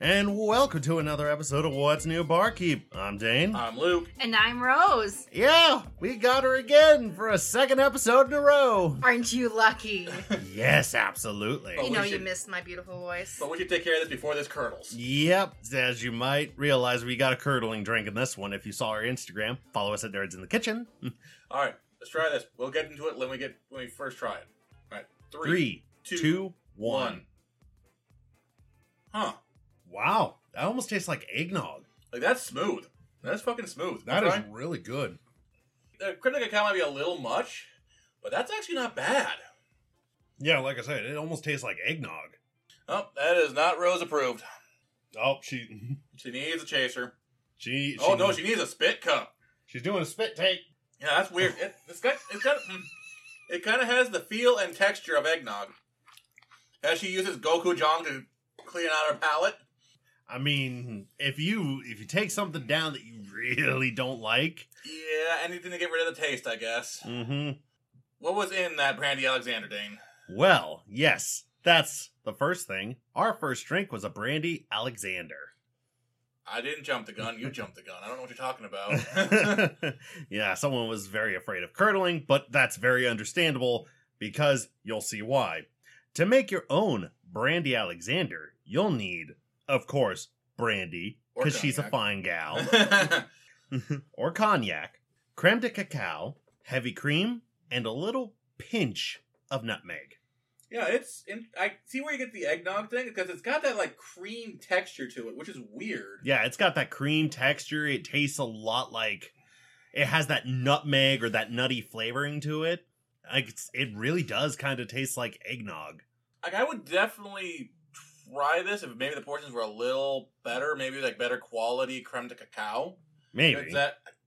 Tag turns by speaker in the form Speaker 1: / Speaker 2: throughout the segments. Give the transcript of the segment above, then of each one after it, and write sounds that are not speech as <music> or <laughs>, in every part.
Speaker 1: and welcome to another episode of What's New Barkeep. I'm Dane.
Speaker 2: I'm Luke.
Speaker 3: And I'm Rose.
Speaker 1: yeah, we got her again for a second episode in a
Speaker 2: <laughs>
Speaker 1: row.
Speaker 3: Aren't you <laughs> lucky?
Speaker 1: yes, absolutely.
Speaker 2: Oh.
Speaker 3: you know
Speaker 2: we
Speaker 3: you
Speaker 2: should-
Speaker 3: missed my beautiful voice.
Speaker 2: But we should take care of this before this curdles.
Speaker 1: Yep, as you might realize, we got a curdling drink in this one. If you saw our Instagram, follow us at Nerds in the Kitchen.
Speaker 2: All right, let's try this. We'll get into it when we get when we first try it. All right,
Speaker 1: Three,
Speaker 2: three,
Speaker 1: two,
Speaker 2: two,
Speaker 1: one.
Speaker 2: one. Huh?
Speaker 1: Wow, that almost tastes like eggnog.
Speaker 2: Like that's smooth. That's fucking smooth.
Speaker 1: That is
Speaker 2: Right?
Speaker 1: really good.
Speaker 2: The critic account might be a little much, but that's actually not bad.
Speaker 1: Yeah, like I said, it almost tastes like eggnog.
Speaker 2: Oh, that is not Rose approved.
Speaker 1: Oh, she, <laughs>
Speaker 2: She needs a chaser.
Speaker 1: she, she
Speaker 2: oh no, she needs a spit cup.
Speaker 1: she's doing a spit take.
Speaker 2: Yeah, that's weird. It, it's got it's got mm, it kind of has the feel and texture of eggnog. As she uses Goku Jong to clean out her palate.
Speaker 1: I mean, if you if you take something down that you really don't like,
Speaker 2: Yeah, anything to get rid of the taste, I guess.
Speaker 1: mm-hmm.
Speaker 2: What was in that Brandy Alexander, Dane?
Speaker 1: well, yes, that's the first thing. Our first drink was a brandy
Speaker 2: <laughs>
Speaker 1: Alexander.
Speaker 2: I didn't jump the gun. You jumped the gun. I don't know what you're talking <laughs> about.
Speaker 1: yeah, someone was very afraid of curdling, but that's very understandable because you'll see why. To make your own brandy Alexander, you'll need, of course, brandy
Speaker 2: Or
Speaker 1: because she's a
Speaker 2: cognac.
Speaker 1: fine
Speaker 2: <laughs>
Speaker 1: gal. or cognac, creme de cacao, heavy cream, and a little pinch of nutmeg.
Speaker 2: yeah, it's. In, I see where you get the eggnog thing because it's got that like cream texture to it, which is weird.
Speaker 1: Yeah, it's got that cream texture. It tastes a lot like it has that nutmeg or that nutty flavoring to it. Like it's, it really does kind of taste like eggnog.
Speaker 2: Like I would definitely try this if maybe the portions were a little better, maybe like better quality creme de cacao.
Speaker 1: Maybe.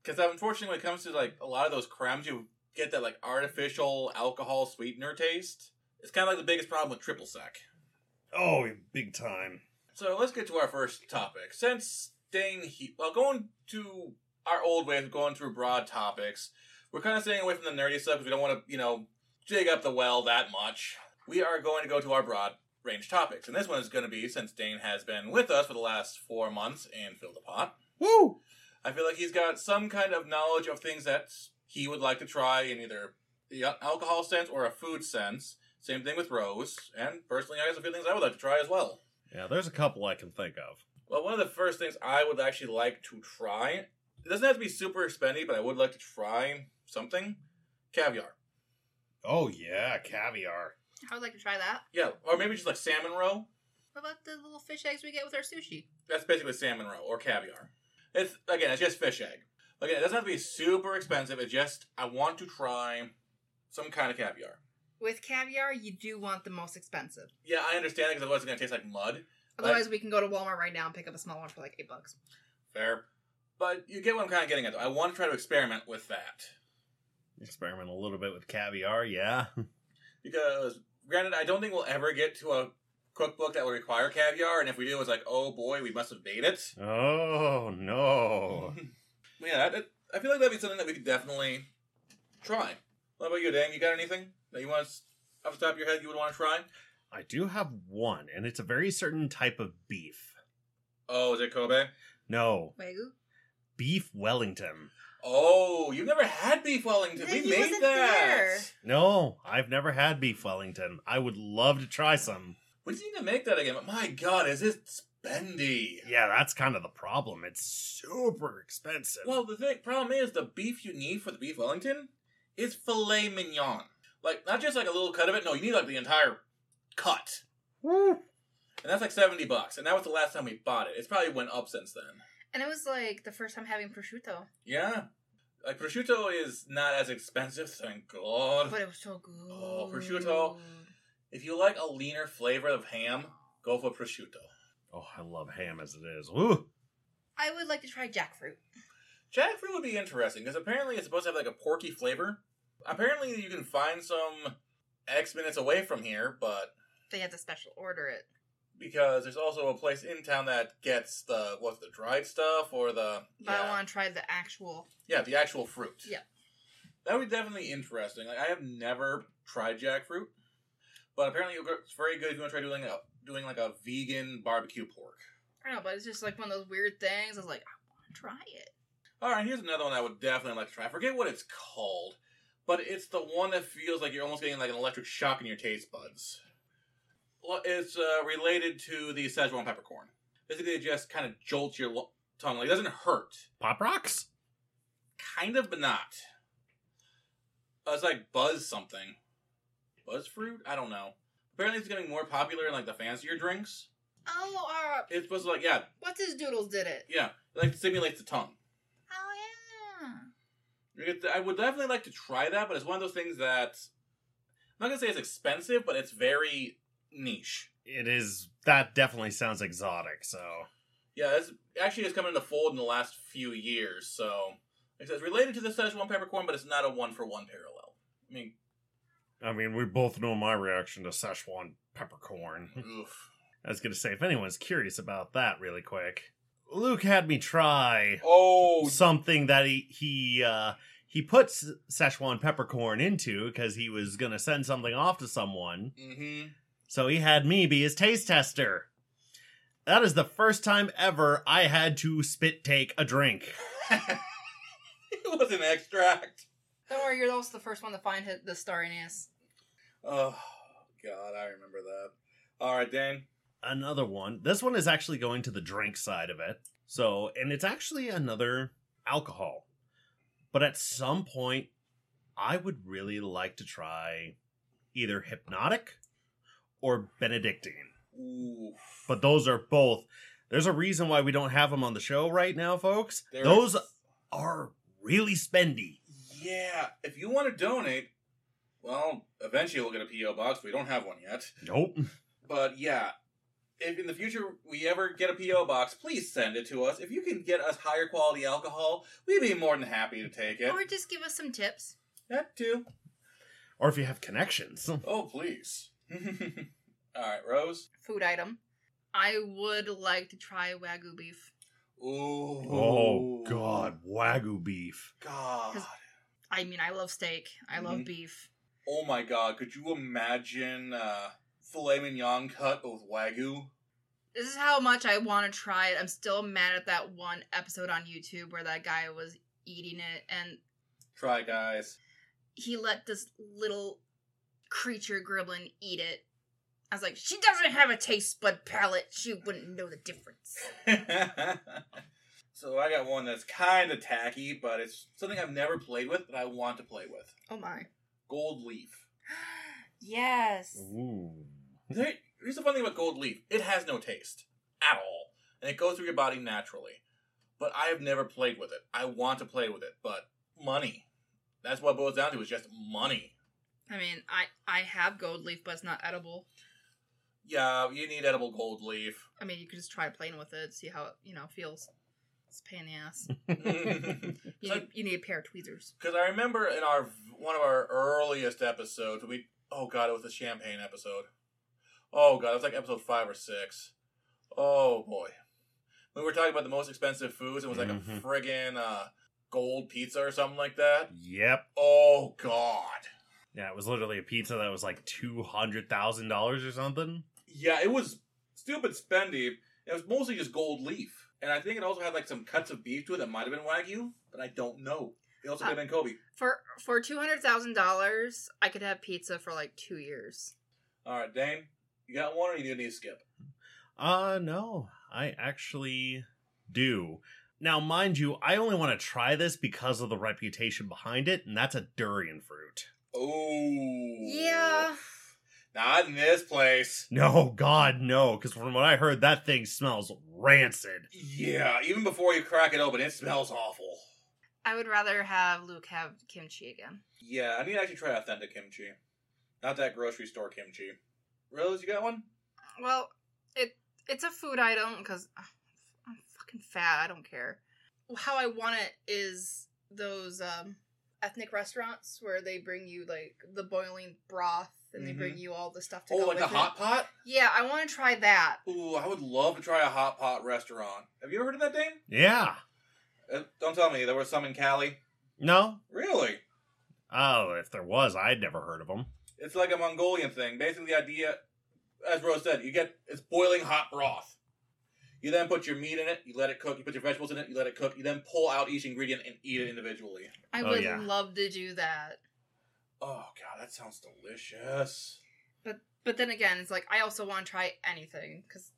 Speaker 2: Because unfortunately, when it comes to like a lot of those cremes, you get that like artificial alcohol sweetener taste. It's kind of like the biggest problem with triple sec.
Speaker 1: Oh, big time.
Speaker 2: So let's get to our first topic. Since staying he- well, going to our old way of going through broad topics, we're kind of staying away from the nerdy stuff because we don't want to, you know, dig up the well that much. We are going to go to our broad range topics, and this one is going to be since Dane has been with us for the last four months and filled a pot.
Speaker 1: Woo!
Speaker 2: I feel like he's got some kind of knowledge of things that he would like to try in either the uh, alcohol sense or a food sense. Same thing with Rose, and personally, I have a few things I would like to try as well.
Speaker 1: Yeah, there's a couple I can think of.
Speaker 2: Well, one of the first things I would actually like to try, it doesn't have to be super expensive, but I would like to try something caviar.
Speaker 1: Oh yeah, caviar.
Speaker 3: I would like to try that.
Speaker 2: Yeah, or maybe just like salmon roe.
Speaker 3: What about the little fish eggs we get with our sushi?
Speaker 2: That's basically salmon roe or caviar. It's again, it's just fish egg. Again, it doesn't have to be super expensive. It's just I want to try some kind of caviar.
Speaker 3: With caviar, you do want the most expensive.
Speaker 2: Yeah, I understand that because otherwise it's gonna taste like mud.
Speaker 3: Otherwise, we can go to Walmart right now and pick up a small one for like eight bucks.
Speaker 2: Fair, but you get what I'm kind of getting at. Though. I want to try to experiment with that.
Speaker 1: Experiment a little bit with caviar, yeah. <laughs>
Speaker 2: because granted i don't think we'll ever get to a cookbook that will require caviar and if we do it's like oh boy we must have made it
Speaker 1: Oh
Speaker 2: <laughs>
Speaker 1: no.
Speaker 2: yeah that, i feel like that'd be something that we could definitely try what about you dan you got anything that you want to, off the top of your head you would want to try
Speaker 1: I do have one, and it's a very certain type of beef.
Speaker 2: oh is it kobe
Speaker 1: No,
Speaker 3: Wagyu?
Speaker 1: beef Wellington.
Speaker 2: oh you've never had beef wellington
Speaker 3: Then
Speaker 2: we
Speaker 3: he
Speaker 2: made
Speaker 3: wasn't
Speaker 2: that
Speaker 3: there.
Speaker 1: No, I've never had beef Wellington. I would love to try some.
Speaker 2: we just need to make that again but my god is it spendy
Speaker 1: Yeah, that's kind of the problem. It's super expensive.
Speaker 2: well the thing, problem is the beef you need for the beef wellington is filet mignon Like not just like a little cut of it. No, you need like the entire cut,
Speaker 1: Woo.
Speaker 2: and that's like seventy bucks. And that was the last time we bought it. It's probably went up since then.
Speaker 3: And it was like the first time having prosciutto,
Speaker 2: Yeah, like prosciutto is not as expensive. Thank God.
Speaker 3: but it was so good.
Speaker 2: Oh, prosciutto. If you like a leaner flavor of ham, go for prosciutto.
Speaker 1: Oh, I love ham as it is. Woo.
Speaker 3: I would like to try jackfruit.
Speaker 2: Jackfruit would be interesting because apparently it's supposed to have like a porky flavor. Apparently you can find some X minutes away from here, but
Speaker 3: They had to special order it.
Speaker 2: because there's also a place in town that gets the what's the dried stuff or the
Speaker 3: But I
Speaker 2: yeah,
Speaker 3: want to try the actual.
Speaker 2: yeah the actual fruit.
Speaker 3: Yeah.
Speaker 2: that would be definitely interesting. Like I have never tried jackfruit, but apparently it's very good if you want to try doing a doing like a vegan barbecue pork.
Speaker 3: I don't know, but it's just like one of those weird things. I was like, I want to try it.
Speaker 2: All right, here's another one I would definitely like to try. I forget what it's called, but it's the one that feels like you're almost getting like an electric shock in your taste buds. Well, It's uh, related to the Szechuan peppercorn. Basically, it just kind of jolts your lo- tongue. Like, it doesn't hurt.
Speaker 1: Pop rocks.
Speaker 2: Kind of, but not. Uh, it's like buzz something. Buzz fruit? I don't know. Apparently, it's getting more popular in like the fancier drinks.
Speaker 3: Oh, uh,
Speaker 2: It's supposed to like, yeah,
Speaker 3: what's his doodles did it?
Speaker 2: yeah, it, like stimulates the tongue.
Speaker 3: Oh yeah.
Speaker 2: You get the- I would definitely like to try that, but it's one of those things that I'm not gonna say it's expensive, but it's very niche.
Speaker 1: It is. That definitely sounds exotic. So
Speaker 2: Yeah, it's actually it's come into fold in the last few years, so like I said, it's related to the Szechuan peppercorn, but it's not a one for one parallel. I mean,
Speaker 1: I mean, we both know my reaction to Szechuan peppercorn. <laughs>
Speaker 2: oof.
Speaker 1: I was gonna say, if anyone's curious about that, really quick, Luke had me try
Speaker 2: Oh,
Speaker 1: something that he he uh, he puts Szechuan peppercorn into because he was gonna send something off to someone.
Speaker 2: mm-hmm.
Speaker 1: So he had me be his taste tester. That is the first time ever I had to spit take a drink.
Speaker 2: <laughs> it was an extract.
Speaker 3: Don't worry, you're also the first one to find hit the starriness.
Speaker 2: Oh God, I remember that. All right, Dan.
Speaker 1: Another one. This one is actually going to the drink side of it. So, and it's actually another alcohol. But at some point, I would really like to try either hypnotic or Benedictine.
Speaker 2: Ooh,
Speaker 1: But those are both. There's a reason why we don't have them on the show right now, folks. Those are really spendy.
Speaker 2: Yeah, if you want to donate, well, eventually we'll get a PO box. We don't have one yet,
Speaker 1: Nope.
Speaker 2: but yeah, if in the future we ever get a PO box, please send it to us. If you can get us higher quality alcohol, we'd be more than happy to take it.
Speaker 3: Or just give us some tips.
Speaker 2: That too.
Speaker 1: Or if you have connections.
Speaker 2: Oh, please. <laughs> All right, Rose.
Speaker 3: Food item. I would like to try wagyu beef.
Speaker 2: Ooh.
Speaker 1: Oh, God. Wagyu beef.
Speaker 2: God.
Speaker 3: I mean, I love steak. I love
Speaker 2: Mhm.
Speaker 3: beef.
Speaker 2: Oh my God. Could you imagine uh, filet mignon cut with wagyu?
Speaker 3: This is how much I want to try it. I'm still mad at that one episode on YouTube where that guy was eating it and
Speaker 2: Try, guys. <laughs>
Speaker 3: he let this little creature gremlin eat it. I was like, she doesn't have a taste bud palate. She wouldn't know the difference.
Speaker 2: so I got one that's kind of tacky, but it's something I've never played with, but I want to play with.
Speaker 3: Oh my. <gasps>
Speaker 2: Gold leaf.
Speaker 3: yes.
Speaker 1: <laughs> Ooe.
Speaker 2: There- Here's the fun thing about gold leaf: it has no taste at all, and it goes through your body naturally. But I have never played with it. I want to play with it, but money. That's what it boils down to is just money.
Speaker 3: I mean, I I have gold leaf, but it's not edible.
Speaker 2: Yeah, you need edible gold leaf.
Speaker 3: <laughs> I mean, you could just try playing with it, see how it, you know, feels. It's a pain in the
Speaker 2: <laughs>
Speaker 3: ass. You,
Speaker 2: So-
Speaker 3: need, you need a pair of tweezers.
Speaker 2: Because I remember in our one of our earliest episodes, we oh god, it was the champagne episode. Oh god, it was like episode five or six. Oh boy, we were talking about the most expensive foods, and it was like
Speaker 1: Mhm.
Speaker 2: a friggin' uh, gold pizza or something like that.
Speaker 1: Yep.
Speaker 2: Oh god,
Speaker 1: Yeah, it was literally a pizza that was like $200,000 or something.
Speaker 2: yeah, it was stupid spendy. It was mostly just gold leaf, and I think it also had like some cuts of beef to it that might have been wagyu, but I don't know. It also could have been Kobe.
Speaker 3: For for two hundred thousand dollars, I could have pizza for like two years.
Speaker 2: All right, Dane, you got one, or you need to skip?
Speaker 1: Uh, no, I actually do. Now, mind you, I only want to try this because of the reputation behind it, and that's a durian fruit.
Speaker 2: Oh.
Speaker 3: Yeah.
Speaker 2: Not in this place.
Speaker 1: No, God, no. Because from what I heard, that thing smells rancid.
Speaker 2: Yeah, even before you crack it open, it smells awful.
Speaker 3: I would rather have Luke have kimchi again.
Speaker 2: Yeah, I need to actually try authentic kimchi. Not that grocery store kimchi. Rose, you got one?
Speaker 3: Well, it it's a food item because I'm fucking fat. I don't care. How I want it is those um, ethnic restaurants where they bring you like the boiling broth and they
Speaker 2: Mhm.
Speaker 3: bring you all the stuff to
Speaker 2: Oh,
Speaker 3: go
Speaker 2: like
Speaker 3: with
Speaker 2: a
Speaker 3: it.
Speaker 2: hot pot?
Speaker 3: Yeah, I want to try that.
Speaker 2: Ooh, I would love to try a hot pot restaurant. Have you ever heard of that, Dane?
Speaker 1: Yeah.
Speaker 2: Uh, don't tell me there was some in Cali.
Speaker 1: No?
Speaker 2: Really?
Speaker 1: Oh, if there was, I'd never heard of them.
Speaker 2: It's like a Mongolian thing. Basically, the idea, as Rose said, you get it's boiling hot broth. You then put your meat in it, you let it cook. You put your vegetables in it, you let it cook. You then pull out each ingredient and eat it individually.
Speaker 3: I
Speaker 1: Oh,
Speaker 3: would
Speaker 1: yeah.
Speaker 3: love to do that.
Speaker 2: Oh god, that sounds delicious.
Speaker 3: But but then again, it's like I also want to try anything because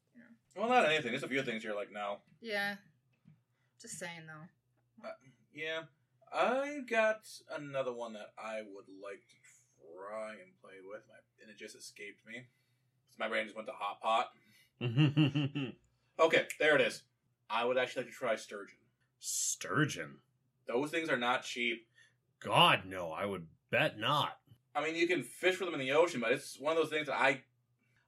Speaker 2: Well, not anything. There's a few things you're like, no.
Speaker 3: yeah. Just saying though.
Speaker 2: Yeah, I got another one that I would like to try and play with, my, and it just escaped me. My brain just went to hot pot. Okay, there it is. I would actually like to try sturgeon.
Speaker 1: <laughs> Sturgeon.
Speaker 2: Those things are not cheap.
Speaker 1: God, no. I would bet not.
Speaker 2: I mean, you can fish for them in the ocean, but it's one of those things that I,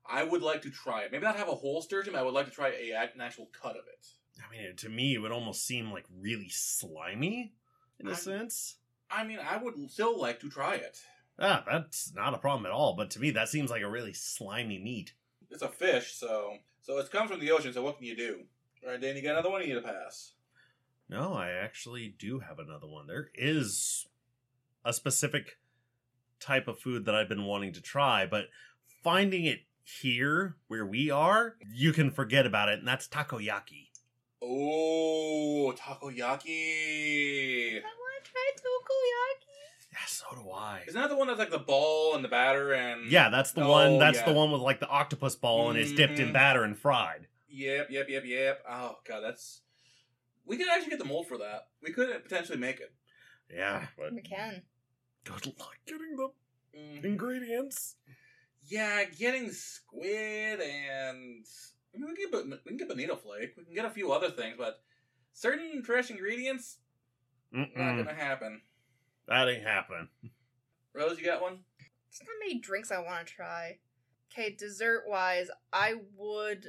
Speaker 2: I would like to try it. Maybe not have a whole sturgeon. But I would like to try a, an actual cut of it.
Speaker 1: I mean, to me, it would almost seem like really slimy in a
Speaker 2: I-
Speaker 1: sense.
Speaker 2: I mean, I would still like to try it.
Speaker 1: Ah, that's not a problem at all. But to me, that seems like a really slimy meat.
Speaker 2: It's a fish, so so it comes from the ocean. So what can you do? All right, Dan, you got another one. You need a pass.
Speaker 1: No, I actually do have another one. There is a specific type of food that I've been wanting to try, but finding it here where we are, you can forget about it, and that's takoyaki.
Speaker 2: Oh, takoyaki.
Speaker 3: I want to try takoyaki.
Speaker 1: Yeah, so do I.
Speaker 2: Isn't that the one that's like the ball and the batter and?
Speaker 1: Yeah, that's the
Speaker 2: Oh,
Speaker 1: one. That's
Speaker 2: yeah.
Speaker 1: the one with like the octopus ball, and it's dipped in
Speaker 2: Mhm.
Speaker 1: batter and fried.
Speaker 2: Yep, yep, yep, yep. Oh god, that's. We could actually get the mold for that. We could potentially make it.
Speaker 1: Yeah, but
Speaker 3: We can.
Speaker 1: good luck getting the
Speaker 2: Mm.
Speaker 1: ingredients.
Speaker 2: Yeah, getting squid and I mean, we can get bo- we can get bonito flake. We can get a few other things, but certain fresh ingredients not
Speaker 1: Mm-mm,
Speaker 2: gonna happen.
Speaker 1: that ain't happening.
Speaker 2: Rose, you got one?
Speaker 3: There's not many drinks I want to try. Okay, dessert wise, I would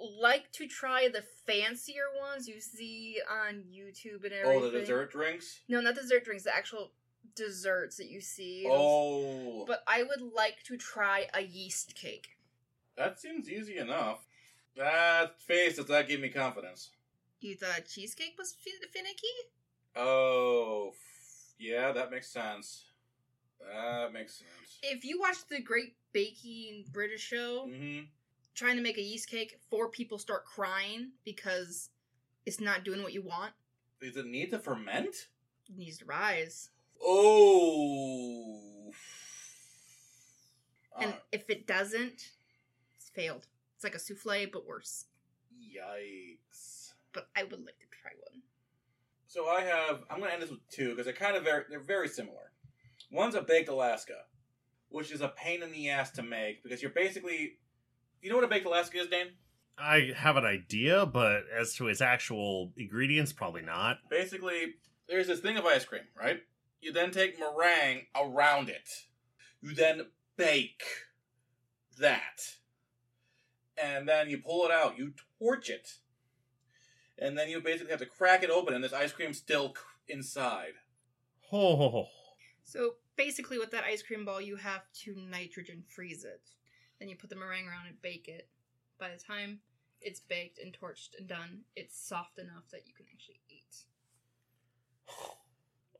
Speaker 3: like to try the fancier ones you see on YouTube and everything.
Speaker 2: Oh, the dessert drinks.
Speaker 3: No, not dessert drinks. The actual desserts that you see.
Speaker 2: Oh,
Speaker 3: But I would like to try a yeast cake.
Speaker 2: that seems easy enough. That face does that give me confidence.
Speaker 3: You thought cheesecake was fin- finicky?
Speaker 2: Oh, f- yeah, that makes sense. That makes sense.
Speaker 3: If you watch the Great Baking British show,
Speaker 2: Mm-hmm.
Speaker 3: trying to make a yeast cake, four people start crying because it's not doing what you want.
Speaker 2: Does it need to ferment?
Speaker 3: It needs to rise.
Speaker 2: Oh.
Speaker 3: And
Speaker 2: Ah,
Speaker 3: if it doesn't, it's failed. It's like a souffle, but worse.
Speaker 2: yikes.
Speaker 3: But I would like to try one.
Speaker 2: So I have. I'm going to end this with two because they're kind of very. They're very similar. One's a baked Alaska, which is a pain in the ass to make because you're basically. You know what a baked Alaska is, Dan?
Speaker 1: I have an idea, but as to its actual ingredients, probably not.
Speaker 2: Basically, there's this thing of ice cream, right? You then take meringue around it. You then bake that. And then you pull it out. You torch it. And then you basically have to crack it open, and there's ice cream still c- inside.
Speaker 1: Oh,
Speaker 3: So basically, with that ice cream ball, you have to nitrogen freeze it. Then you put the meringue around and bake it. By the time it's baked and torched and done, it's soft enough that you can actually eat.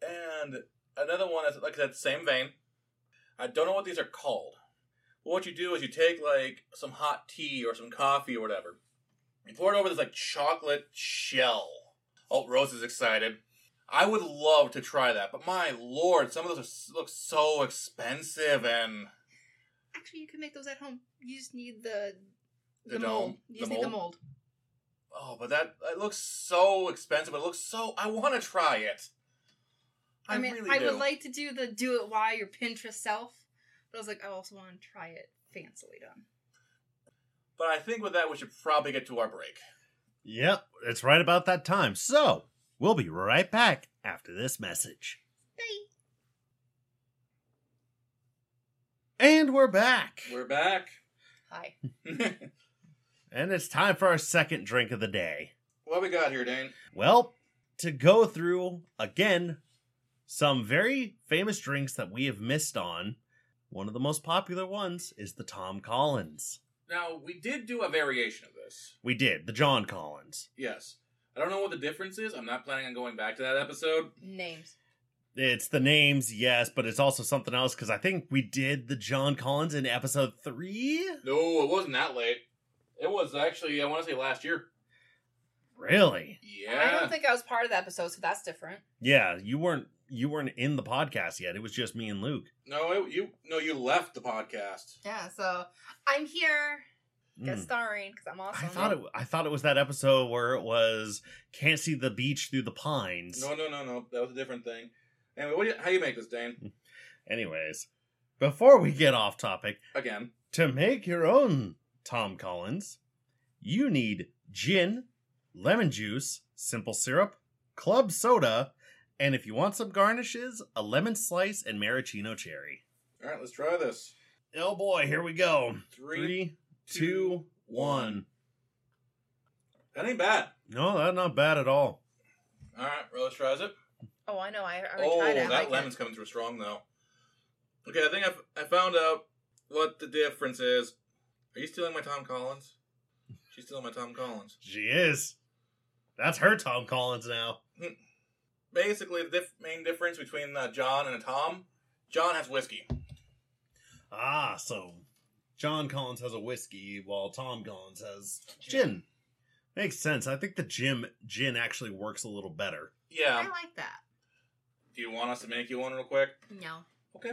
Speaker 2: And another one that's like that same vein. I don't know what these are called. But what you do is you take like some hot tea or some coffee or whatever. You pour it over this like chocolate shell. Oh, Rose is excited. I would love to try that, but my lord, some of those are, s- look so expensive and
Speaker 3: Actually, you can make those at home. You just need the
Speaker 2: The
Speaker 3: the mold.
Speaker 2: dome,
Speaker 3: You
Speaker 2: the
Speaker 3: just need the mold.
Speaker 2: oh, but that it looks so expensive. But it looks so. I want to try it.
Speaker 3: I, mean,
Speaker 2: really
Speaker 3: I
Speaker 2: do.
Speaker 3: would like to do the do it while your Pinterest self, but I was like, I also want to try it fancily done.
Speaker 2: But I think with that, we should probably get to our break.
Speaker 1: Yep, it's right about that time. So, we'll be right back after this message. And we're back.
Speaker 2: We're <laughs> back.
Speaker 3: Hi.
Speaker 1: And it's time for our second drink of the day.
Speaker 2: what we got here, Dane?
Speaker 1: Well, to go through again some very famous drinks that we have missed on. One of the most popular ones is the Tom Collins.
Speaker 2: Now we did do a variation of this.
Speaker 1: We did, the John Collins.
Speaker 2: Yes. I don't know what the difference is. I'm not planning on going back to that episode.
Speaker 3: <laughs> Names.
Speaker 1: It's the names, yes, but it's also something else because I think we did the John Collins in episode three.
Speaker 2: No, it wasn't that late. It was actually I want to say last year.
Speaker 1: Really?
Speaker 2: Yeah.
Speaker 3: I don't think I was part of the episode, so that's different.
Speaker 1: Yeah, you weren't you weren't in the podcast yet. It was just me and Luke.
Speaker 2: no, it, you no, you left the podcast.
Speaker 3: Yeah, so I'm here, guest
Speaker 1: Mm.
Speaker 3: starring because I'm awesome.
Speaker 1: I thought it I thought it was that episode where it was can't see the beach through the pines.
Speaker 2: No, no, no, no. That was a different thing. Anyway, what do you, how do you make this, Dane?
Speaker 1: Anyways, before we get off topic,
Speaker 2: Again.
Speaker 1: to make your own Tom Collins, you need gin, lemon juice, simple syrup, club soda, and if you want some garnishes, a lemon slice and maraschino cherry.
Speaker 2: All right, let's try this.
Speaker 1: Oh boy, here we go.
Speaker 2: Three.
Speaker 1: Three, two, one.
Speaker 2: That ain't bad.
Speaker 1: No, that's not bad at all.
Speaker 2: All right, well, let's try it.
Speaker 3: Oh, I know. I already
Speaker 2: Oh,
Speaker 3: tried it. I
Speaker 2: that
Speaker 3: like
Speaker 2: lemon's
Speaker 3: it.
Speaker 2: coming through strong though. Okay, I think I've, I found out what the difference is. Are you stealing my Tom Collins? She's stealing my Tom Collins.
Speaker 1: She is. That's her Tom Collins now.
Speaker 2: Basically, the diff- main difference between uh, John and a Tom, John has whiskey.
Speaker 1: Ah, so John Collins has a whiskey while Tom Collins has gin. Makes sense. I think the gin gin actually works a little better.
Speaker 3: I
Speaker 2: Yeah.
Speaker 3: like that.
Speaker 2: Do you want us to make you one real quick?
Speaker 3: No.
Speaker 2: Okay.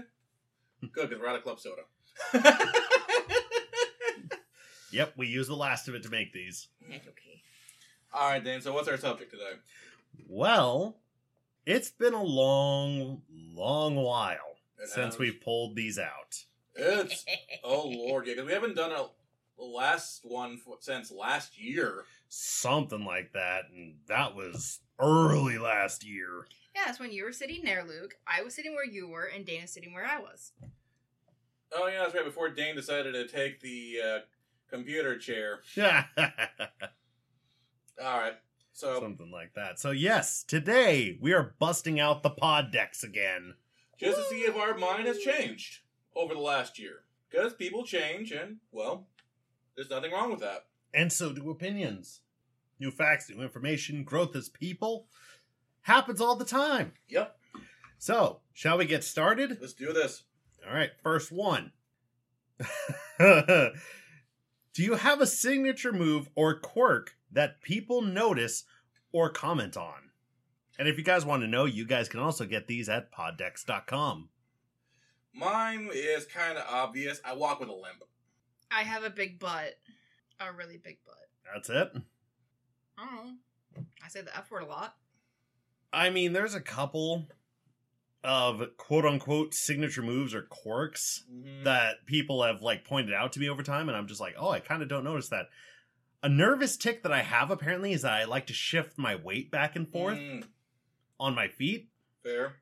Speaker 2: Good, because we're out of club soda.
Speaker 1: Yep, we used the last of it to make these.
Speaker 3: That's okay.
Speaker 2: <laughs> All right, Dan. So what's our subject today?
Speaker 1: Well, it's been a long, long while
Speaker 2: It
Speaker 1: since
Speaker 2: has.
Speaker 1: we've pulled these out.
Speaker 2: It's
Speaker 3: <laughs>
Speaker 2: oh lord, yeah, because we haven't done a the last one for, since last year.
Speaker 1: Something like that, and that was early last year. <laughs>
Speaker 3: Yeah, that's when you were sitting there, Luke. I was sitting where you were, and Dana's sitting where I was.
Speaker 2: Oh yeah, that's right. Before Dane decided to take the uh, computer chair. All right. So
Speaker 1: Something like that. So yes, today we are busting out the pod decks again.
Speaker 2: just to see if our mind has changed over the last year, because people change, and well, there's nothing wrong with that.
Speaker 1: And so do opinions. New facts, new information, growth as people happens all the time.
Speaker 2: Yep.
Speaker 1: So, shall we get started?
Speaker 2: Let's do this.
Speaker 1: All right, first one. <laughs> do you have a signature move or quirk that people notice or comment on? And if you guys want to know, you guys can also get these at poddex.com.
Speaker 2: Mine is kind of obvious. I walk with a limp.
Speaker 3: I have a big butt, a really big butt.
Speaker 1: That's it.
Speaker 3: I don't know. I say the F word a lot.
Speaker 1: I mean, there's a couple of quote unquote signature moves or quirks Mm-hmm. that people have like pointed out to me over time and I'm just like, "Oh, I kind of don't notice that." A nervous tick that I have apparently is that I like to shift my weight back and forth
Speaker 2: Mm,
Speaker 1: on my feet.
Speaker 2: fair.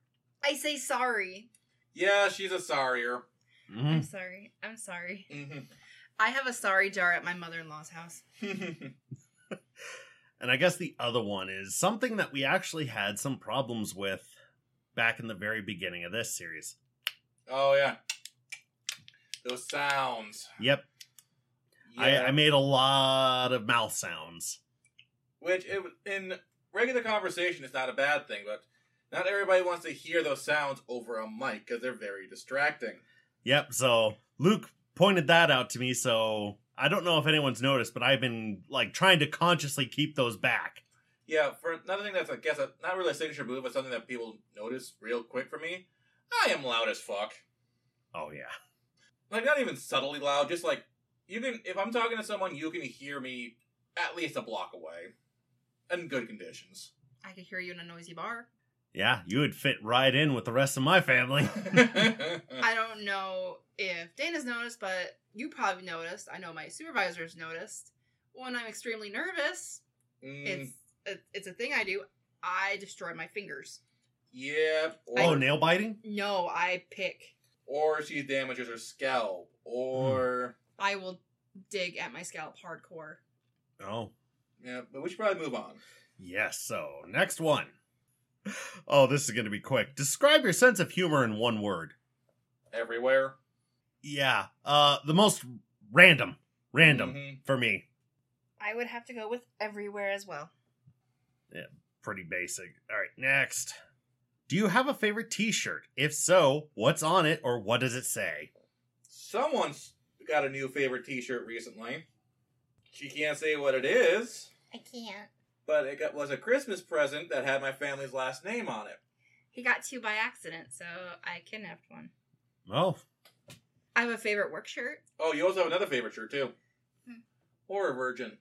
Speaker 3: I say sorry.
Speaker 2: Yeah, she's a sorrier.
Speaker 1: Mhm.
Speaker 3: I'm sorry. I'm sorry.
Speaker 2: Mhm.
Speaker 3: I have a sorry jar at my mother in law's house.
Speaker 1: And I guess the other one is something that we actually had some problems with back in the very beginning of this series.
Speaker 2: <laughs> oh yeah, those sounds.
Speaker 1: Yep, I, I made a lot of mouth sounds.
Speaker 2: Which it, in regular conversation is not a bad thing, but not everybody wants to hear those sounds over a mic because they're very distracting.
Speaker 1: Yep. So Luke pointed that out to me. So I don't know if anyone's noticed, but I've been like trying to consciously keep those back.
Speaker 2: Yeah, for another thing that's I guess not really a signature move, but something that people notice real quick for me. I am loud as fuck.
Speaker 1: Oh yeah.
Speaker 2: Like not even subtly loud, just like you can. If I'm talking to someone, you can hear me at least a block away, in good conditions.
Speaker 3: I could hear you in a noisy bar.
Speaker 1: Yeah, you would fit right in with the rest of my
Speaker 2: <laughs>
Speaker 1: family.
Speaker 3: I don't know if Dana's noticed, but you probably noticed. I know my supervisor's noticed. When I'm extremely nervous,
Speaker 2: Mm,
Speaker 3: it's a, it's a thing I do. I destroy my fingers.
Speaker 2: yeah. Or,
Speaker 1: oh, nail biting?
Speaker 3: No, I pick.
Speaker 2: or she damages her scalp. Or.
Speaker 3: I will dig at my scalp hardcore.
Speaker 1: Oh,
Speaker 2: Yeah, but we should probably move on.
Speaker 1: yes. So, next one. Oh, this is going to be quick. Describe your sense of humor in one word.
Speaker 2: Everywhere.
Speaker 1: Yeah, uh, the most random, random
Speaker 2: Mhm.
Speaker 1: for me.
Speaker 3: I would have to go with everywhere as well.
Speaker 1: Pretty basic. All right, next. Do you have a favorite T-shirt? If so, what's on it or what does it say?
Speaker 2: Someone's got a new favorite t shirt recently. She can't say what it is,
Speaker 3: I can't.
Speaker 2: but it got, was a Christmas present that had my family's last name on it.
Speaker 3: He got two by accident, so I kidnapped one.
Speaker 1: Oh,
Speaker 3: I have a favorite work shirt.
Speaker 2: Oh, you also have another favorite shirt, too.
Speaker 3: Hmm.
Speaker 2: Or a virgin.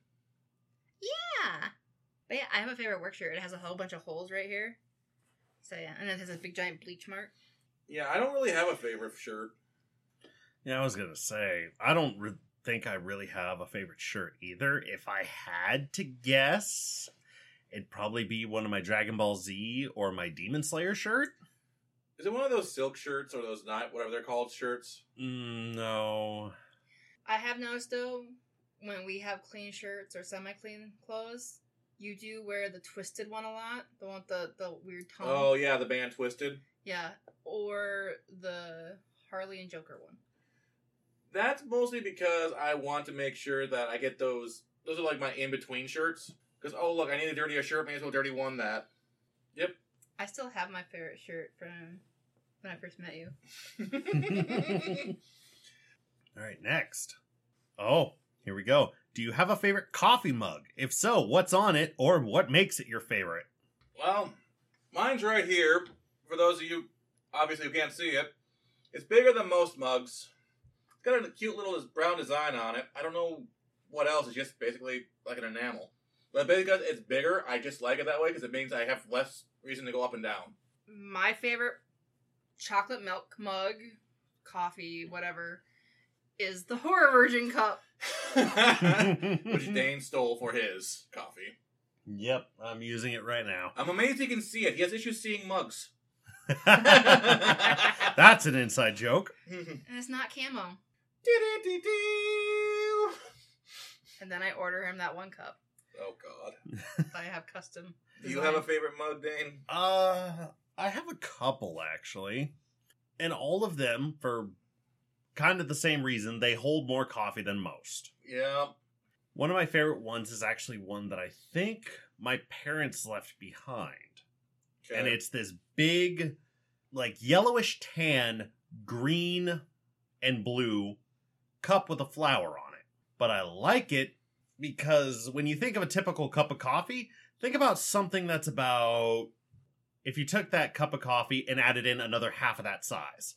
Speaker 3: Yeah. But yeah, I have a favorite work shirt. It has a whole bunch of holes right here. So yeah, and it has a big giant bleach mark.
Speaker 2: Yeah, I don't really have a favorite shirt.
Speaker 1: yeah, I was gonna say I don't re- think I really have a favorite shirt either. If I had to guess, it'd probably be one of my Dragon Ball Z or my Demon Slayer shirt.
Speaker 2: Is it one of those silk shirts or those not whatever they're called shirts?
Speaker 1: Mm, no,
Speaker 3: I have noticed though, when we have clean shirts or semi clean clothes, you do wear the twisted one a lot. The one with the, the weird tongue.
Speaker 2: Oh yeah, the band Twisted.
Speaker 3: Yeah. Or the Harley and Joker one.
Speaker 2: That's mostly because I want to make sure that I get those. Those are like my in between shirts. Because oh look, I need to dirty a shirt. May as well dirty one that.
Speaker 3: I still have my favorite shirt from when I first met you.
Speaker 1: All right, next. Oh, here we go. Do you have a favorite coffee mug? If so, what's on it or what makes it your favorite?
Speaker 2: well, mine's right here. For those of you obviously who can't see it, it's bigger than most mugs. It's got a cute little brown design on it. I don't know what else. It's just basically like an enamel. But because it's bigger, I just like it that way because it means I have less reason to go up and down.
Speaker 3: my favorite chocolate milk mug, coffee, whatever, is the horror virgin cup.
Speaker 1: Mm-hmm.
Speaker 2: which Dane stole for his coffee.
Speaker 1: Yep, I'm using it right now. <laughs>
Speaker 2: I'm amazed he can see it. He has issues seeing mugs. <laughs> Oh,
Speaker 1: That's an inside joke.
Speaker 3: And it's not camo.
Speaker 2: oh
Speaker 3: And then I order him that one cup
Speaker 2: God!
Speaker 3: that I have custom.
Speaker 2: Do you have a
Speaker 3: designed.
Speaker 2: favorite mug, Dane?
Speaker 1: Uh, I have a couple actually, and all of them for kind of the same reason. They hold more coffee than most.
Speaker 2: Yeah.
Speaker 1: One of my favorite ones is actually one that I think my parents left behind.
Speaker 2: Okay.
Speaker 1: and it's this big like yellowish tan green and blue cup with a flower on it but i like it because when you think of a typical cup of coffee think about something that's about if you took that cup of coffee and added in another half of that size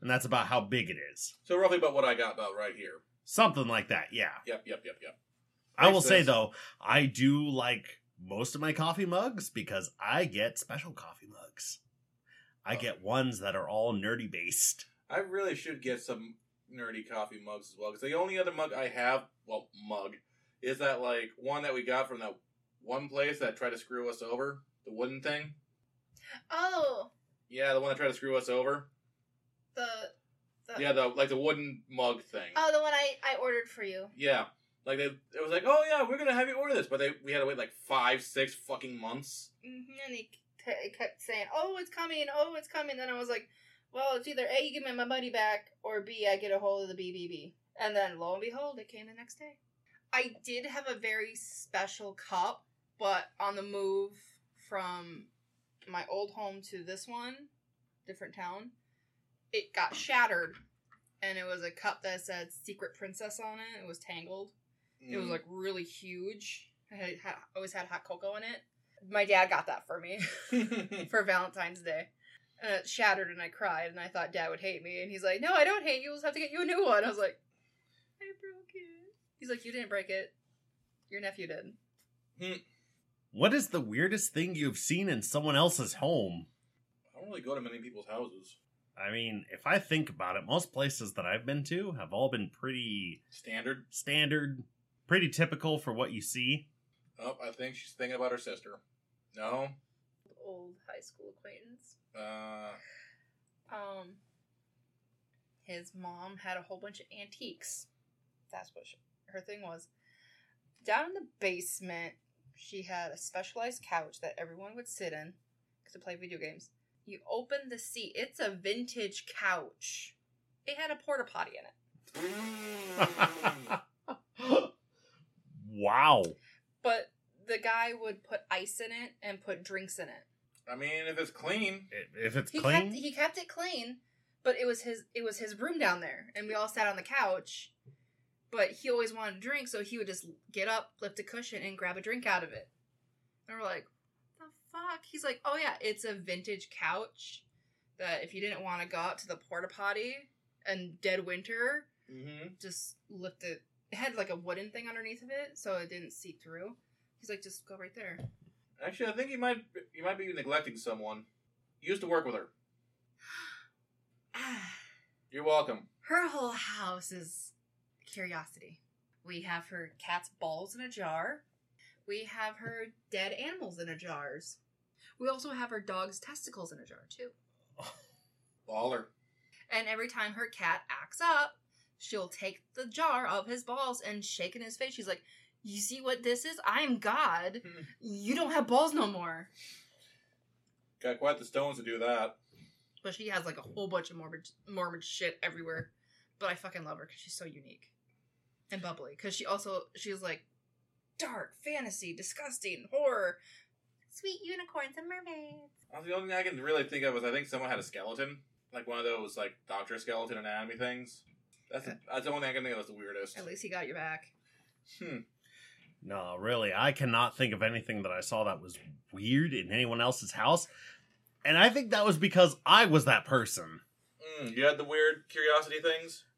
Speaker 1: and that's about how big it is
Speaker 2: so roughly about what I got about right here.
Speaker 1: something like that yeah
Speaker 2: Yep, yep, yep, yep.
Speaker 1: i will
Speaker 2: Makes
Speaker 1: say
Speaker 2: sense.
Speaker 1: though i do like most of my coffee mugs because i get special coffee mugs i
Speaker 2: Oh.
Speaker 1: get ones that are all nerdy based
Speaker 2: I really should get some nerdy coffee mugs as well because the only other mug I have, well, mug, is that like one that we got from that one place that tried to screw us over, the wooden thing.
Speaker 3: Oh,
Speaker 2: Yeah, the one that tried to screw us over.
Speaker 3: the, the
Speaker 2: Yeah, the like the wooden mug thing.
Speaker 3: oh the one I I ordered for you.
Speaker 2: Yeah, like they, it was like, oh yeah, we're gonna have you order this, but they we had to wait like five, six fucking months.
Speaker 3: hmm And he, t- he kept saying, "Oh, it's coming! Oh, it's coming!" Then I was like, "Well, it's either A, you give me my money back, or B, I get a hold of the BBB." And then lo and behold, it came the next day. I did have a very special cup, but on the move from my old home to this one, different town, it got shattered, and it was a cup that said "Secret Princess" on it. It was tangled. It
Speaker 2: Mm.
Speaker 3: was <laughs> like really huge. I had, had always had hot cocoa in it. My dad got that for me <laughs>
Speaker 2: like,
Speaker 3: for Valentine's Day. And it shattered and I cried and I thought dad would hate me and he's like, "No, I don't hate you. We'll just have to get you a new one." I was like, "I broke it." He's like, "You didn't break it. Your nephew did."
Speaker 2: Hmm.
Speaker 1: What is the weirdest thing you've seen in someone else's home?
Speaker 2: I don't really go to many people's houses.
Speaker 1: I mean, if I think about it, most places that I've been to have all been pretty
Speaker 2: Standard.
Speaker 1: standard, pretty typical for what you see. <laughs>
Speaker 2: Oh, I think she's thinking about her sister. No.
Speaker 3: Old high school acquaintance.
Speaker 2: Uh,
Speaker 3: Um, his mom had a whole bunch of antiques. That's what she, her thing was. Down in the basement, she had a specialized couch that everyone would sit in to play video games. You open the seat; it's a vintage couch. It had a porta potty in it.
Speaker 1: wow.
Speaker 3: but the guy would put ice in it and put drinks in it.
Speaker 2: I mean, if it's clean,
Speaker 1: I- If it's
Speaker 3: He
Speaker 1: clean,
Speaker 3: kept he kept it clean, but it was his it was his room down there, and we all sat on the couch. But he always wanted a drink, so he would just get up, lift a cushion, and grab a drink out of it. And we're like, "What the fuck?" He's like, "Oh yeah, it's a vintage couch that if you didn't want to go out to the porta potty and dead winter,
Speaker 2: mm-hmm.
Speaker 3: just lift it. It had like a wooden thing underneath of it, so it didn't see through." He's like, "Just go right there." <sighs>
Speaker 2: actually, I think you might you might be neglecting someone. You used to work with her.
Speaker 3: Ah.
Speaker 2: You're welcome.
Speaker 3: Her whole house is curiosity. We have her cat's balls in a jar. We have her dead animals in a jars. We also have her dog's testicles in a jar too.
Speaker 2: Baller.
Speaker 3: And every time her cat acts up, she'll take the jar of his balls and shake in his face. She's like, "You see what this is? I'm God. You don't have balls no more."
Speaker 2: Got quite the stones to do that.
Speaker 3: But she has like a whole bunch of morbid Mormon shit everywhere. But I fucking love her because she's so unique and bubbly. Because she also she's like dark fantasy, disgusting horror, sweet unicorns and mermaids.
Speaker 2: Well, The only thing I can really think of is I think someone had a skeleton, like one of those like doctor skeleton anatomy things. That's the, that's the only thing I can think of that's the weirdest.
Speaker 3: At least he got your back.
Speaker 2: Hmm.
Speaker 1: No, really, I cannot think of anything that I saw that was weird in anyone else's house. And I think that was because I was that person.
Speaker 2: Mm, you had the weird curiosity things. <laughs>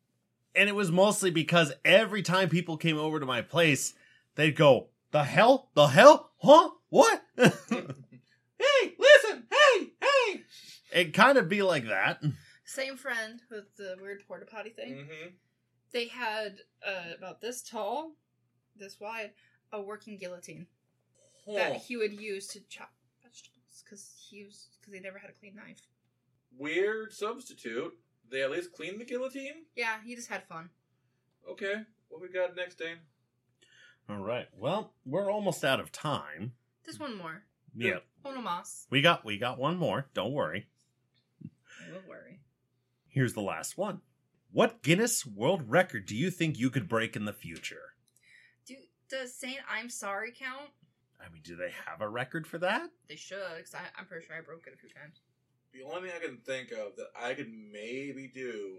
Speaker 1: And it was mostly because every time people came over to my place, they'd go, The hell? The hell? Huh? What? <laughs>
Speaker 2: Hey, listen! Hey, hey!
Speaker 1: It'd kind of be like that.
Speaker 3: Same friend with the weird porta potty thing.
Speaker 2: Mm-hmm.
Speaker 3: They had uh, about this tall, this wide, a working guillotine
Speaker 2: Mm-hmm. Oh.
Speaker 3: that he would use to chop vegetables because he was because they never had a clean knife.
Speaker 2: Weird substitute. They at least cleaned the guillotine.
Speaker 3: Yeah, he just had fun.
Speaker 2: Okay, what we got next, Dane?
Speaker 1: All right. Well, we're almost out of time.
Speaker 3: Just one more.
Speaker 1: Yeah.
Speaker 3: Onomas.
Speaker 1: We got we got one more. Don't worry.
Speaker 3: I will worry.
Speaker 1: Here's the last one. What Guinness World Record do you think you could break in the future?
Speaker 3: Do does saying "I'm sorry" count?
Speaker 1: I mean, do they have a record for that?
Speaker 3: They should, because I'm pretty sure I broke it a few times.
Speaker 2: The only thing I can think of that I could maybe do.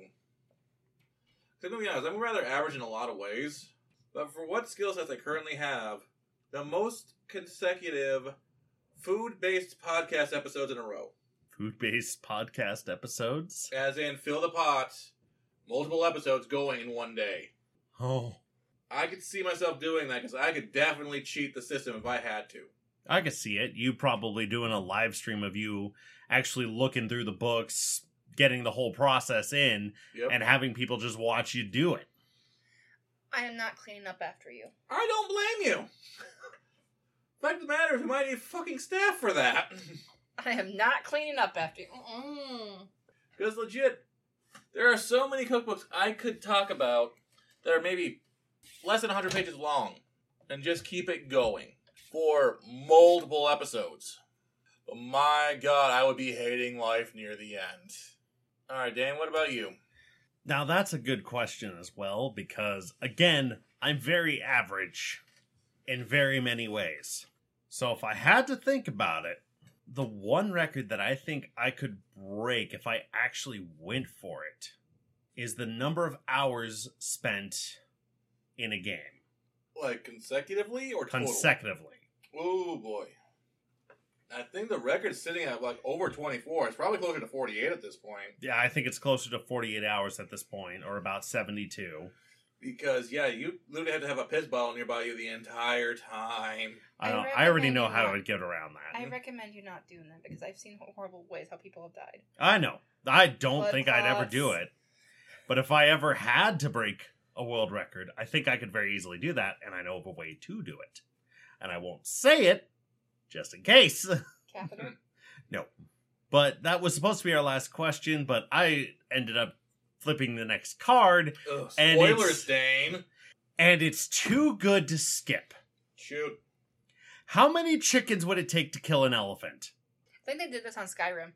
Speaker 2: 'Cause I'm gonna be honest, I'm rather average in a lot of ways, but for what skill sets I currently have, the most consecutive food-based podcast episodes in a row,
Speaker 1: Food-based podcast episodes.
Speaker 2: as in fill the pot, multiple episodes going in one day.
Speaker 1: Oh,
Speaker 2: I could see myself doing that because I could definitely cheat the system if I had to.
Speaker 1: I could see it. You probably doing a live stream of you actually looking through the books, getting the whole process in,
Speaker 2: Yep.
Speaker 1: and having people just watch you do it.
Speaker 3: I am not cleaning up after you.
Speaker 2: I don't blame you. <laughs> Fact of the matter is, we might need fucking staff for that. <laughs>
Speaker 3: I am not cleaning up after you. Mm-mm.
Speaker 2: Because legit, there are so many cookbooks I could talk about that are maybe less than 100 pages long and just keep it going for multiple episodes. But my god, I would be hating life near the end. Alright, Dan, what about you?
Speaker 1: Now that's a good question as well because again, I'm very average in very many ways. So if I had to think about it, the one record that I think I could break if I actually went for it is the number of hours spent in a game
Speaker 2: Like consecutively or total?
Speaker 1: consecutively.
Speaker 2: Oh boy. I think the record's sitting at like over 24. It's probably closer to 48 at this point.
Speaker 1: Yeah, I think it's closer to 48 hours at this point or about 72.
Speaker 2: Because yeah, you literally have to have a piss bottle nearby you the entire time.
Speaker 1: I
Speaker 3: I
Speaker 1: don't. I already
Speaker 3: recommend
Speaker 1: know how
Speaker 3: not-
Speaker 1: to get around that.
Speaker 3: I recommend you not doing that because I've seen horrible ways how people have died.
Speaker 1: I know. I don't
Speaker 3: Blood
Speaker 1: think I'd ever do
Speaker 3: clots.
Speaker 1: it. But if I ever had to break a world record, I think I could very easily do that, and I know of a way to do it. And I won't say it, just in case. <laughs>
Speaker 3: <laughs> Catheter.
Speaker 1: But that was supposed to be our last question, but I ended up flipping the next card,
Speaker 2: Ugh,
Speaker 1: And
Speaker 2: spoilers,
Speaker 1: it's-
Speaker 2: Dane.
Speaker 1: and it's too good to skip.
Speaker 2: Shoot.
Speaker 1: How many chickens would it take to kill an elephant?
Speaker 3: I think they did this on Skyrim.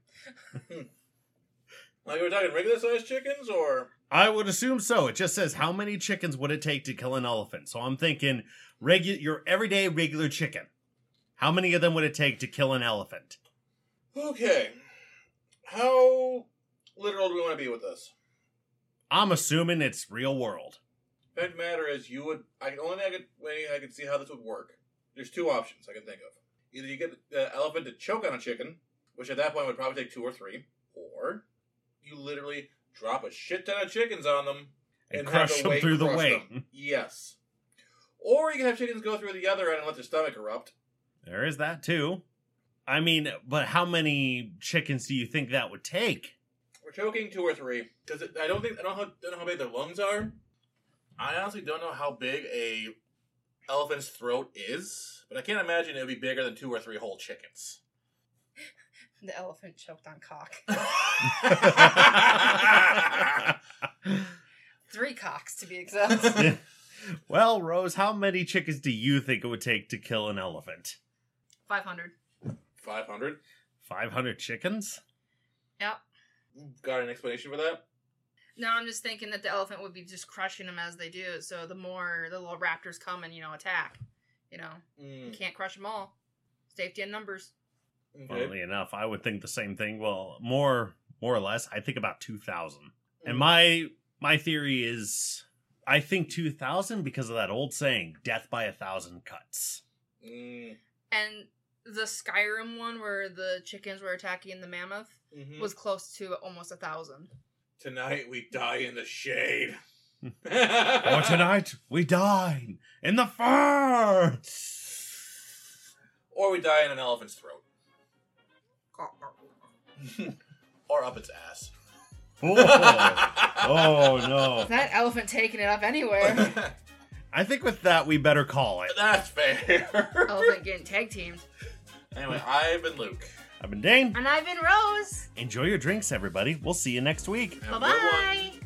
Speaker 2: Like we're talking regular sized chickens or
Speaker 1: I would assume so. It just says how many chickens would it take to kill an elephant. So I'm thinking regular your everyday regular chicken. How many of them would it take to kill an elephant?
Speaker 2: Okay. How literal do we want to be with this?
Speaker 1: I'm assuming it's real world.
Speaker 2: Fact of the matter is, you would. I can only I could way I could see how this would work. There's two options I can think of. Either you get the elephant to choke on a chicken, which at that point would probably take two or three, or you literally drop a shit ton of chickens on them
Speaker 1: And,
Speaker 2: have
Speaker 1: crush
Speaker 2: the
Speaker 1: them
Speaker 2: weight
Speaker 1: through the
Speaker 2: crush
Speaker 1: way.
Speaker 2: them. Yes. Or you can have chickens go through the other end and let their stomach erupt.
Speaker 1: There is that too. I mean, but how many chickens do you think that would take? <laughs>
Speaker 2: We're choking two or three because I don't think I don't, know, don't know how big their lungs are. I honestly don't know how big a elephant's throat is, but I can't imagine it would be bigger than two or three
Speaker 1: <laughs>
Speaker 2: whole chickens.
Speaker 3: The elephant choked on cock. Three cocks to be exact. <laughs>
Speaker 1: well, Rose, how many chickens do you think it would take to kill an elephant?
Speaker 3: Five hundred.
Speaker 2: Five hundred.
Speaker 1: 500 chickens?
Speaker 3: Yep.
Speaker 2: Got an explanation for that?
Speaker 3: No, I'm just thinking that the elephant would be just crushing them as they do. it, So the more the little raptors come and you know attack, you know you
Speaker 2: Mm,
Speaker 3: can't crush them all. Safety in numbers.
Speaker 2: okay.
Speaker 1: Funnily enough, I would think the same thing. Well, more more or less, I think about 2000. And my my theory is I think 2000 because of that old saying, death by a thousand cuts.
Speaker 2: Mm,
Speaker 3: And the Skyrim one where the chickens were attacking the mammoth
Speaker 2: mhm.
Speaker 3: was close to almost a thousand.
Speaker 2: Tonight we die in the shade.
Speaker 1: Hmm. or tonight we dine in the fur.
Speaker 2: <laughs> Or we die in an elephant's throat. or up its ass.
Speaker 1: Oh, oh no.
Speaker 3: That elephant taking it up anywhere.
Speaker 1: I think with that we better call it.
Speaker 2: <laughs> That's fair.
Speaker 3: <laughs>
Speaker 2: <laughs>
Speaker 3: elephant getting tag teamed.
Speaker 2: Anyway, I've been Luke.
Speaker 1: I've been Dane.
Speaker 3: And I've been Rose.
Speaker 1: Enjoy your drinks, everybody. We'll see you next week.
Speaker 2: Have
Speaker 3: Bye
Speaker 2: a good one.
Speaker 3: bye.